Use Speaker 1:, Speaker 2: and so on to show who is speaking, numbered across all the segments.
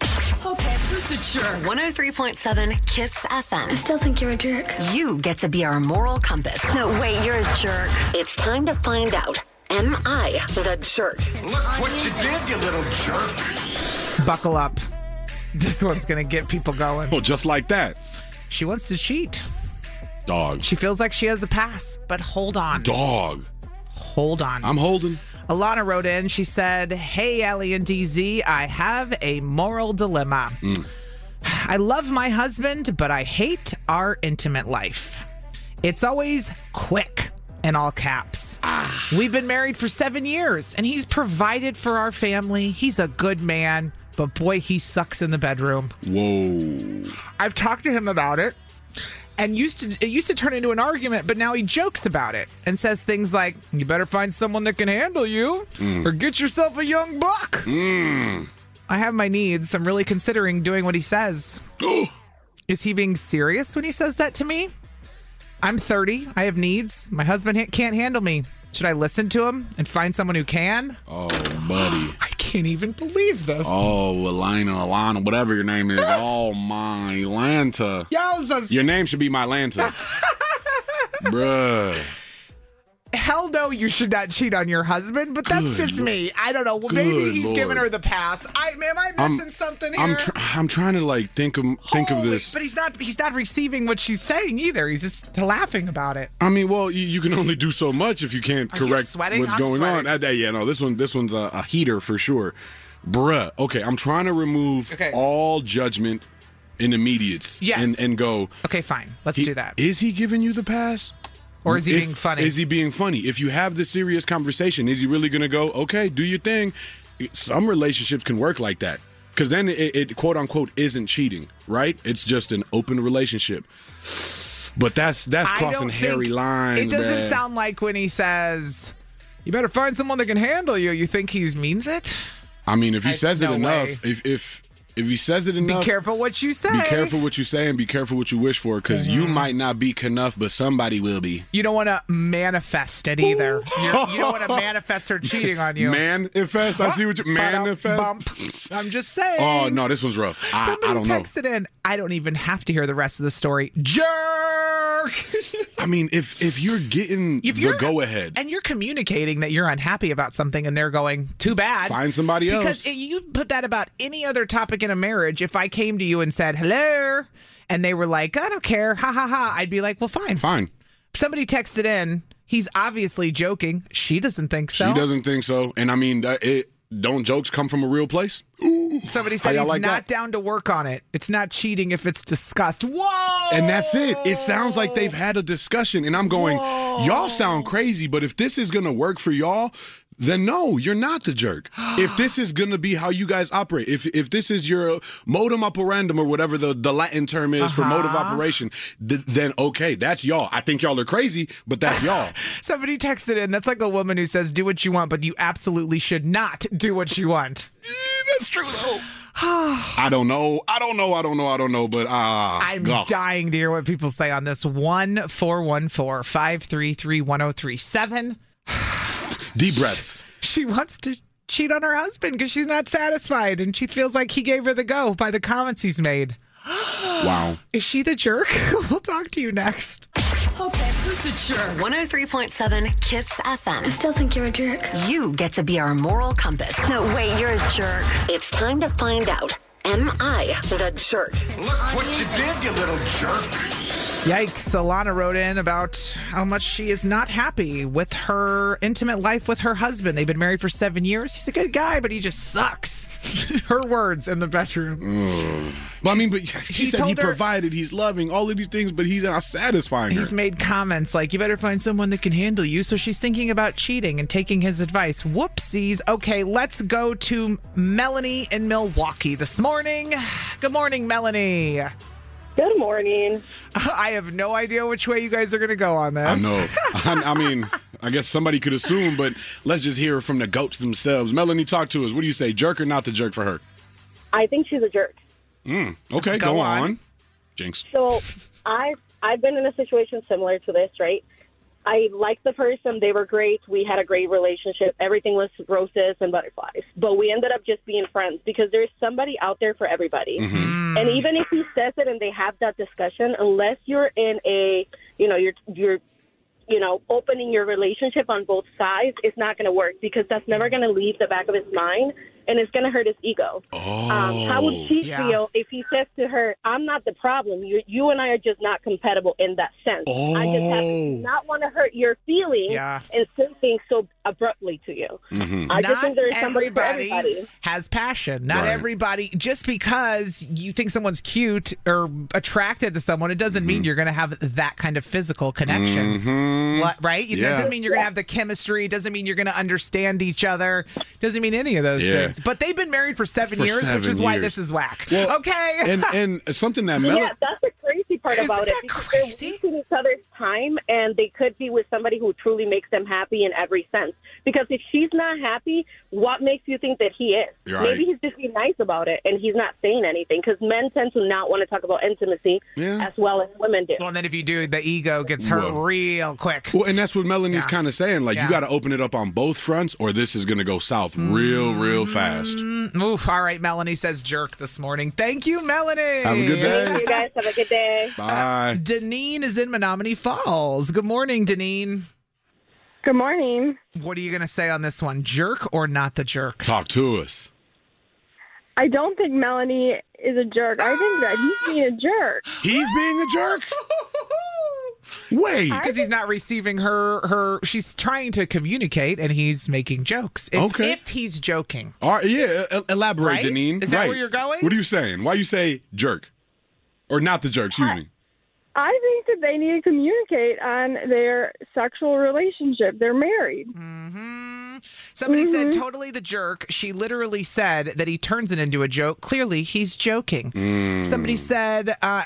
Speaker 1: Okay, who's the jerk?
Speaker 2: 103.7 Kiss
Speaker 3: I
Speaker 2: FM.
Speaker 3: still think you're a jerk.
Speaker 2: You get to be our moral compass.
Speaker 1: No, wait, you're a jerk.
Speaker 2: It's time to find out. Am I the jerk?
Speaker 4: Look what you did, you little jerk.
Speaker 5: Buckle up. This one's going to get people going.
Speaker 6: Well, Oh, just like that.
Speaker 5: She wants to cheat.
Speaker 6: Dog.
Speaker 5: She feels like she has a pass, but hold on.
Speaker 6: Dog.
Speaker 5: Hold on.
Speaker 6: I'm holding.
Speaker 5: Alana wrote in. She said, Hey, Allie and DZ, I have a moral dilemma. I love my husband, but I hate our intimate life. It's always quick in all caps. We've been married for seven years and he's provided for our family. He's a good man, but boy, he sucks in the bedroom.
Speaker 6: Whoa.
Speaker 5: I've talked to him about it and used to it used to turn into an argument, but now he jokes about it and says things like, "You better find someone that can handle you or get yourself a young buck."
Speaker 6: Hmm.
Speaker 5: I have my needs. I'm really considering doing what he says. Is he being serious when he says that to me? I'm 30. I have needs. My husband ha- can't handle me. Should I listen to him and find someone who can?
Speaker 6: Oh, buddy.
Speaker 5: I can't even believe this.
Speaker 6: Oh, Elena, Alana, whatever your name is. Oh, my Lanta.
Speaker 5: Yowzas.
Speaker 6: Your name should be my Lanta. Bruh.
Speaker 5: hell no, you should not cheat on your husband, but that's just me. I don't know. Well, maybe
Speaker 6: Good
Speaker 5: he's
Speaker 6: Lord.
Speaker 5: giving her the pass. I am I
Speaker 6: I'm-
Speaker 5: missing something here?
Speaker 6: I'm, tr- I'm trying to like think of think of
Speaker 5: Holy-
Speaker 6: this.
Speaker 5: But he's not he's not receiving what she's saying either. He's just laughing about it.
Speaker 6: I mean, well, you, you can only do so much if you can't
Speaker 5: Are you
Speaker 6: correct
Speaker 5: sweating?
Speaker 6: what's
Speaker 5: I'm
Speaker 6: going
Speaker 5: sweating.
Speaker 6: on. I, yeah, no, this one, this one's a, a heater for sure. Bruh. Okay, I'm trying to remove
Speaker 5: Okay.
Speaker 6: all judgment and immediates.
Speaker 5: Yes.
Speaker 6: And and go.
Speaker 5: Okay, fine. Let's
Speaker 6: He-
Speaker 5: do that.
Speaker 6: Is he giving you the pass?
Speaker 5: or is he
Speaker 6: If-
Speaker 5: being funny?
Speaker 6: Is he being funny? If you have the serious conversation, is he really going to go, okay, do your thing? Some relationships can work like that because then it, it quote unquote isn't cheating, right? It's just an open relationship. But that's that's
Speaker 5: I
Speaker 6: crossing
Speaker 5: don't
Speaker 6: hairy
Speaker 5: think-
Speaker 6: lines.
Speaker 5: It doesn't
Speaker 6: man.
Speaker 5: sound like when he says, "You better find someone that can handle you." You think he means it?
Speaker 6: I mean, if he
Speaker 5: I-
Speaker 6: says
Speaker 5: no
Speaker 6: it enough,
Speaker 5: way.
Speaker 6: if if if he says it
Speaker 5: Be
Speaker 6: enough,
Speaker 5: careful what you say. Mm-hmm.
Speaker 6: be careful what you say and be careful what you wish for because you might not be enough, but somebody will be.
Speaker 5: You don't want to manifest it either. You're, you don't want to manifest her cheating on you.
Speaker 6: Manifest. I see what you
Speaker 5: Bump.
Speaker 6: manifest.
Speaker 5: I'm just saying.
Speaker 6: Oh no, this one's rough. I,
Speaker 5: Somebody
Speaker 6: I don't know.
Speaker 5: texted in. I don't even have to hear the rest of the story. Jerk.
Speaker 6: I mean, if if you're getting
Speaker 5: If
Speaker 6: the
Speaker 5: you're-
Speaker 6: go ahead,
Speaker 5: and you're communicating that you're unhappy about something, and they're going, "Too bad."
Speaker 6: Find somebody
Speaker 5: because
Speaker 6: else.
Speaker 5: Because you put that about any other topic in a marriage. If I came to you and said, "Hello," and they were like, "I don't care," ha ha ha, I'd be like, "Well, fine."
Speaker 6: fine.
Speaker 5: Somebody texted in. He's obviously joking. She doesn't think so.
Speaker 6: She doesn't think so, and I mean, that- it don't jokes come from a real place.
Speaker 5: Somebody
Speaker 6: How
Speaker 5: said
Speaker 6: y'all
Speaker 5: he's
Speaker 6: like
Speaker 5: not
Speaker 6: that?
Speaker 5: down to work on it. It's not cheating if it's discussed. Whoa!
Speaker 6: And that's it. It sounds like they've had a discussion, and I'm going, y'all sound crazy, but if this is gonna work for y'all, then no, you're not the jerk. If this is gonna be how you guys operate, if if this is your modem operandum or whatever the, the Latin term is for mode
Speaker 5: Uh-huh.
Speaker 6: of operation, th- then okay, that's y'all. I think y'all are crazy, but that's y'all.
Speaker 5: Somebody texted in. That's like a woman who says, "Do what you want, but you absolutely should not do what you want."
Speaker 6: That's true though. I don't know. I don't know. I don't know. I don't know. But ah,
Speaker 5: I'm
Speaker 6: God.
Speaker 5: dying to hear what people say on this. One four one four five three three one zero three seven.
Speaker 6: deep breaths.
Speaker 5: She wants to cheat on her husband because she's not satisfied, and she feels like he gave her the go by the comments he's made.
Speaker 6: Wow.
Speaker 5: Is she the jerk? we'll talk to you next.
Speaker 1: Okay, who's the jerk?
Speaker 2: 103.7 Kiss
Speaker 3: I
Speaker 2: FM.
Speaker 3: still think you're a jerk.
Speaker 2: You get to be our moral compass.
Speaker 1: No, wait, you're a jerk.
Speaker 2: It's time to find out. Am I the jerk?
Speaker 4: Look what you did, you little jerk.
Speaker 5: Yikes. Alana wrote in about how much she is not happy with her intimate life with her husband. They've been married for seven years. He's a good guy, but he just sucks. her words in the bedroom.
Speaker 6: But I mean, but he
Speaker 5: He
Speaker 6: said he
Speaker 5: told her-
Speaker 6: provided, he's loving, all of these things, but he's not satisfying her.
Speaker 5: He's made comments like, you better find someone that can handle you. So she's thinking about cheating and taking his advice. Whoopsies. Okay, let's go to Melanie in Milwaukee this morning. Good morning, Melanie.
Speaker 3: Good morning.
Speaker 5: I have no idea which way you guys are going to go on this.
Speaker 6: I know. I, I mean, I guess somebody could assume, but let's just hear it from the goats themselves. Melanie, talk to us. What do you say, jerk or not the jerk for her?
Speaker 3: I think she's a jerk.
Speaker 6: Okay, go,
Speaker 5: Go
Speaker 6: on.
Speaker 5: on.
Speaker 6: Jinx.
Speaker 3: So I I've been in a situation similar to this, right? I liked the person, they were great, we had a great relationship, everything was roses and butterflies. But we ended up just being friends because there's somebody out there for everybody. And even if he says it and they have that discussion, unless you're in a you know, you're you're you know, opening your relationship on both sides is not going to work because that's never going to leave the back of his mind and it's going to hurt his ego. Um, how would she
Speaker 5: Yeah.
Speaker 3: feel if he says to her, "I'm not the problem. You, you and I are just not compatible in that sense. I just have
Speaker 6: Oh.
Speaker 3: to not want to hurt your feelings
Speaker 5: Yeah.
Speaker 3: and say things so abruptly to you.
Speaker 6: Mm-hmm.
Speaker 3: I just think there is somebody for everybody.
Speaker 5: has passion. Not
Speaker 6: Right.
Speaker 5: everybody. Just because you think someone's cute or attracted to someone, it doesn't
Speaker 6: Mm-hmm.
Speaker 5: mean you're going to have that kind of physical connection, Li- right? You-
Speaker 6: Yeah.
Speaker 5: It doesn't mean you're going to have the chemistry. It doesn't mean you're going to understand each other. It doesn't mean any of those
Speaker 6: Yeah.
Speaker 5: things. But they've been married for seven
Speaker 6: For
Speaker 5: years,
Speaker 6: seven
Speaker 5: which is why
Speaker 6: years.
Speaker 5: this is whack.
Speaker 6: Well,
Speaker 5: okay.
Speaker 6: And and something that Mel-
Speaker 3: Yeah, that's the crazy part
Speaker 5: Isn't
Speaker 3: about it.
Speaker 5: that
Speaker 3: because
Speaker 5: crazy?
Speaker 3: They're wasting each other's time, and they could be with somebody who truly makes them happy in every sense. Because if she's not happy, what makes you think that he is?
Speaker 6: You're
Speaker 3: Maybe
Speaker 6: right.
Speaker 3: he's just being nice about it, and he's not saying anything. Because men tend to not want to talk about intimacy
Speaker 6: Yeah.
Speaker 3: as well as women do.
Speaker 5: well, and then if you do, the ego gets hurt
Speaker 6: Whoa.
Speaker 5: real quick.
Speaker 6: Well, and that's what Melanie's kind of saying. Like, you
Speaker 5: Yeah.
Speaker 6: got to open it up on both fronts, or this is going to go south real, real fast.
Speaker 5: Mm, Oof. All right. Melanie says jerk this morning. Thank you, Melanie.
Speaker 6: Have a good
Speaker 3: Thank
Speaker 6: day.
Speaker 3: you guys. Have a good day.
Speaker 6: Bye.
Speaker 5: Deneen is in Menominee Falls. Good morning, Deneen.
Speaker 3: Good morning.
Speaker 5: What are you going to say on this one? Jerk or not the jerk?
Speaker 6: Talk to us.
Speaker 3: I don't think Melanie is a jerk. I think that he's being a jerk.
Speaker 6: He's being a jerk. Wait.
Speaker 5: Because he's not receiving her. Her. She's trying to communicate, and he's making jokes. If,
Speaker 6: Okay.
Speaker 5: If he's joking,
Speaker 6: All right, yeah, e- elaborate,
Speaker 5: Right?
Speaker 6: Deneen.
Speaker 5: Is that
Speaker 6: Right.
Speaker 5: where you're going?
Speaker 6: What are you saying? Why you say jerk? Or not the jerk, excuse me.
Speaker 3: I think that they need to communicate on their sexual relationship. They're married.
Speaker 5: Mm-hmm. somebody said
Speaker 3: Mm-hmm.
Speaker 5: totally the jerk. She literally said that he turns it into a joke. Clearly, he's joking.
Speaker 6: Mm.
Speaker 5: Somebody said. Uh,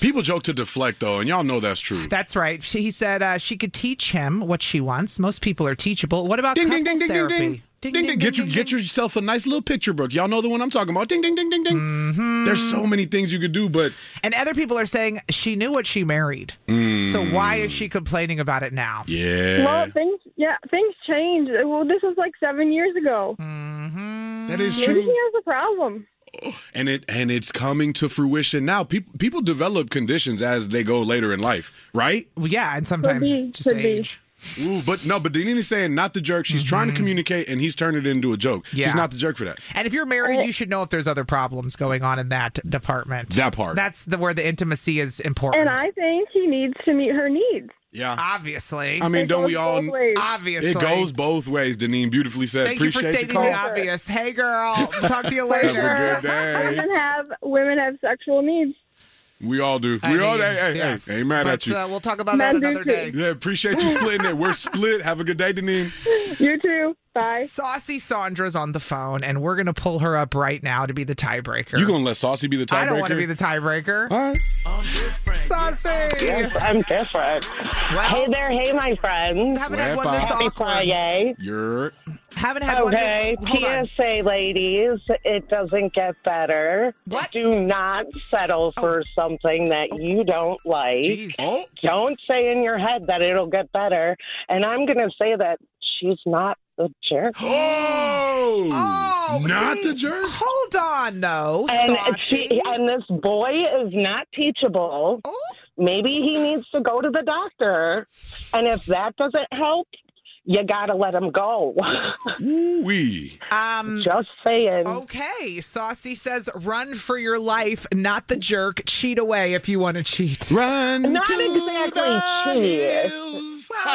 Speaker 6: People joke to deflect, though, and y'all know that's true.
Speaker 5: That's right. She, he said uh, she could teach him what she wants. Most people are teachable. What about
Speaker 6: ding, ding,
Speaker 5: couples
Speaker 6: ding, ding, ding,
Speaker 5: therapy?
Speaker 6: ding, ding, ding, Get you, get yourself a nice little picture book. Y'all know the one I'm talking about. Ding, ding, ding, ding, ding.
Speaker 5: Mm-hmm.
Speaker 6: There's so many things you could do, but
Speaker 5: And other people are saying she knew what she married. So why is she complaining about it now?
Speaker 6: yeah,
Speaker 3: Well, things yeah, things change. Well, this was like seven years ago.
Speaker 6: that is
Speaker 3: Maybe he
Speaker 6: Hmm. true.
Speaker 3: has a problem.
Speaker 6: And it and it's coming to fruition now. People people develop conditions as they go later in life, right?
Speaker 5: Well, yeah, and sometimes
Speaker 3: be,
Speaker 5: it's just
Speaker 3: could be.
Speaker 5: age.
Speaker 6: Ooh, but no, but Deneen is saying not the jerk. She's trying to communicate, and he's turned it into a joke.
Speaker 5: Mm-hmm. Yeah.
Speaker 6: She's not the jerk for that.
Speaker 5: And if you're married, you should know if there's other problems going on in that department.
Speaker 6: That part.
Speaker 5: That's the where the intimacy is important.
Speaker 3: And I think he needs to meet her needs.
Speaker 6: yeah.
Speaker 5: obviously,
Speaker 6: I mean,
Speaker 3: It
Speaker 6: don't
Speaker 3: goes
Speaker 6: we all?
Speaker 3: both ways.
Speaker 5: obviously,
Speaker 6: It goes both ways. Deneen beautifully said.
Speaker 5: Thank you for
Speaker 6: Appreciate
Speaker 5: stating
Speaker 6: your
Speaker 5: the
Speaker 6: call.
Speaker 5: obvious. Hey, girl, talk to you
Speaker 6: Have
Speaker 5: later.
Speaker 6: a good day.
Speaker 3: Women have women have sexual needs.
Speaker 6: We all do.
Speaker 5: I
Speaker 6: we all.
Speaker 5: mean,
Speaker 6: Hey, hey,
Speaker 5: yes.
Speaker 6: hey, ain't mad
Speaker 5: but,
Speaker 6: at you.
Speaker 5: Uh, we'll talk about that
Speaker 3: Men do
Speaker 5: another day.
Speaker 3: too.
Speaker 6: yeah, appreciate you splitting it. We're split. Have a good day, Deneen.
Speaker 3: You too. Bye.
Speaker 5: Saucy Sandra's on the phone, and we're gonna pull her up right now to be the tiebreaker.
Speaker 6: You gonna let Saucy be the tiebreaker? Oh,
Speaker 5: I don't want to be the tiebreaker.
Speaker 6: All right.
Speaker 5: Saucy,
Speaker 3: I'm different.
Speaker 5: Well-
Speaker 3: there, hey my friends.
Speaker 5: haven't had one
Speaker 6: Grandpa.
Speaker 5: this
Speaker 6: Happy
Speaker 5: awkward.
Speaker 6: You're.
Speaker 5: Haven't had one. This, hold on.
Speaker 3: PSA, ladies, it doesn't get better.
Speaker 5: What? Oh.
Speaker 3: Do not settle for something that you don't like.
Speaker 5: Jeez.
Speaker 6: Oh.
Speaker 3: Don't say in your head that it'll get better. And I'm going to say that she's not the jerk.
Speaker 6: Oh.
Speaker 5: Oh,
Speaker 6: Not
Speaker 5: see,
Speaker 6: the jerk.
Speaker 5: Hold on, though.
Speaker 3: And
Speaker 5: Saucy.
Speaker 3: she, and this boy is not teachable.
Speaker 5: Oh.
Speaker 3: Maybe he needs to go to the doctor. And if that doesn't help,
Speaker 7: you got to let him go.
Speaker 6: Wee.
Speaker 5: Um,
Speaker 7: Just saying.
Speaker 5: Okay, Saucy says, "Run for your life, not the jerk. Cheat away if you want to cheat.
Speaker 6: Run."
Speaker 7: Not exactly cheat.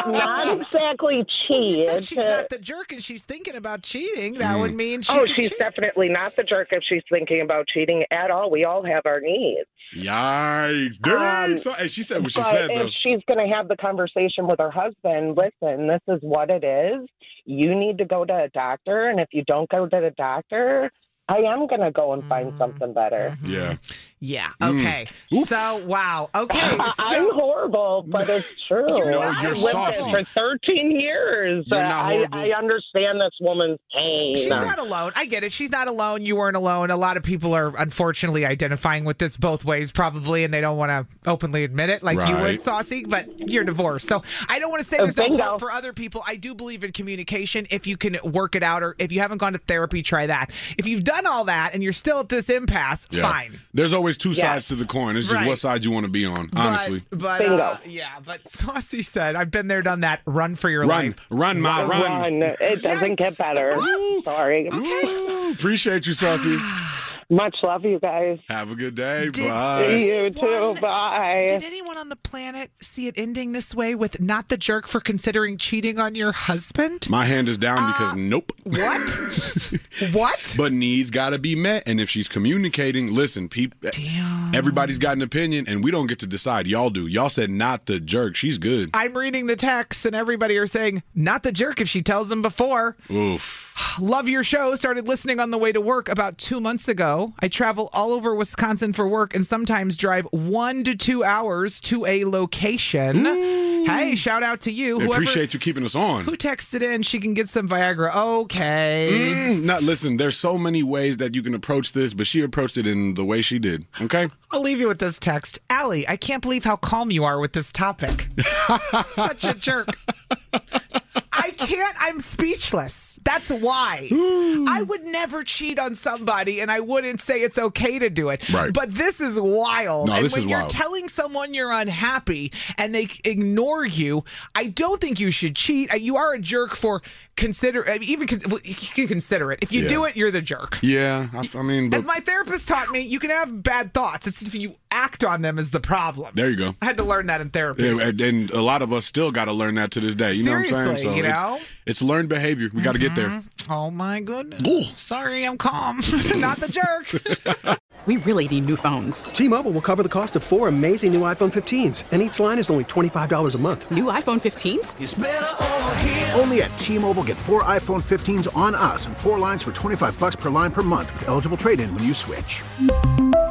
Speaker 7: Not exactly
Speaker 5: You
Speaker 7: cheat.
Speaker 5: said she's not the jerk, and she's thinking about cheating. That
Speaker 6: Mm.
Speaker 5: would mean she
Speaker 7: oh,
Speaker 5: could
Speaker 7: she's
Speaker 5: cheat.
Speaker 7: definitely not the jerk if she's thinking about cheating at all. We all have our needs.
Speaker 6: Yikes. Dang.
Speaker 7: Um,
Speaker 6: so, hey, she said what she
Speaker 7: but
Speaker 6: said,
Speaker 7: if
Speaker 6: though.
Speaker 7: she's going to have the conversation with her husband, listen, this is what it is. You need to go to a doctor, and if you don't go to the doctor, I am going to go and find something better.
Speaker 6: Yeah.
Speaker 5: yeah.
Speaker 6: Mm.
Speaker 5: Okay.
Speaker 6: Oof.
Speaker 5: So wow. Okay.
Speaker 7: I'm
Speaker 5: So
Speaker 7: horrible, but it's true.
Speaker 6: No,
Speaker 7: I
Speaker 6: you're
Speaker 7: lived it
Speaker 6: saucy.
Speaker 7: for 13 years.
Speaker 6: You're not
Speaker 7: I,
Speaker 6: horrible.
Speaker 7: I understand this woman's pain.
Speaker 5: she's not alone. I get it. She's not alone. You weren't alone. A lot of people are unfortunately identifying with this both ways, probably, and they don't want to openly admit it, like you
Speaker 6: Right.
Speaker 5: would, Saucy. But you're divorced, so I don't want to say there's no
Speaker 7: Oh, Bingo.
Speaker 5: hope for other people. I do believe in communication. If you can work it out, or if you haven't gone to therapy, try that. If you've done all that and you're still at this impasse,
Speaker 6: Yeah.
Speaker 5: fine.
Speaker 6: There's always two
Speaker 7: Yeah.
Speaker 6: sides to the coin. It's just
Speaker 5: Right.
Speaker 6: what side you want to be on, honestly.
Speaker 5: But, but
Speaker 7: Bingo.
Speaker 5: uh, yeah, but Saucy said, I've been there, done that. Run for your
Speaker 6: Run,
Speaker 5: life.
Speaker 6: run, my
Speaker 7: Run.
Speaker 6: run.
Speaker 7: It doesn't get better. Sorry.
Speaker 6: Ooh, appreciate you, Saucy.
Speaker 7: Much love, you guys.
Speaker 6: Have a good day.
Speaker 5: Ah. Did-
Speaker 6: Bye.
Speaker 7: You too. Bye.
Speaker 5: Did anyone on the planet see it ending this way with not the jerk for considering cheating on your husband?
Speaker 6: My hand is down because nope.
Speaker 5: Ah. What? what?
Speaker 6: But needs got to be met. And if she's communicating, listen, peop-
Speaker 5: Damn.
Speaker 6: everybody's got an opinion, and we don't get to decide. Y'all do. Y'all said not the jerk. She's good.
Speaker 5: I'm reading the texts and everybody are saying, not the jerk if she tells him before.
Speaker 6: Oof.
Speaker 5: Love your show. Started listening on the way to work about two months ago. I travel all over Wisconsin for work and sometimes drive one to two hours to a location. Hey, shout out to you. Whoever-
Speaker 6: Appreciate you keeping us on.
Speaker 5: who texted in, she can get some Viagra. Okay.
Speaker 6: Mm, Not listen. There's so many ways that you can approach this, but she approached it in the way she did. Okay.
Speaker 5: I'll leave you with this text. Allie, I can't believe how calm you are with this topic. Such a jerk. I can't, I'm speechless. That's why. I would never cheat on somebody and I wouldn't say it's okay to do it.
Speaker 6: Right.
Speaker 5: But this is wild.
Speaker 6: No,
Speaker 5: and
Speaker 6: this
Speaker 5: when
Speaker 6: is
Speaker 5: you're
Speaker 6: wild.
Speaker 5: telling someone you're unhappy and they ignore you, I don't think you should cheat. You are a jerk for consider I mean, even con- well, you can consider it. If you
Speaker 6: Yeah.
Speaker 5: do it, you're the jerk.
Speaker 6: Yeah. I, f- I mean, but
Speaker 5: As my therapist taught me, you can have bad thoughts. It's if you act on them is the problem.
Speaker 6: there you go.
Speaker 5: I had to learn that in therapy.
Speaker 6: Yeah, And, and a lot of us still got to learn that to this day. You know what I'm
Speaker 5: Seriously,
Speaker 6: saying?
Speaker 5: you
Speaker 6: it's,
Speaker 5: know?
Speaker 6: it's learned behavior. We got to get there.
Speaker 5: Oh my goodness.
Speaker 6: Ooh.
Speaker 5: Sorry, I'm calm. Not the jerk.
Speaker 8: We really need new phones.
Speaker 4: T-Mobile will cover the cost of four amazing new iPhone 15s, and each line is only $25 a month.
Speaker 8: New iPhone 15s?
Speaker 9: Only at T-Mobile, get four iPhone 15s on us and four lines for 25 bucks per line per month with eligible trade-in when you switch.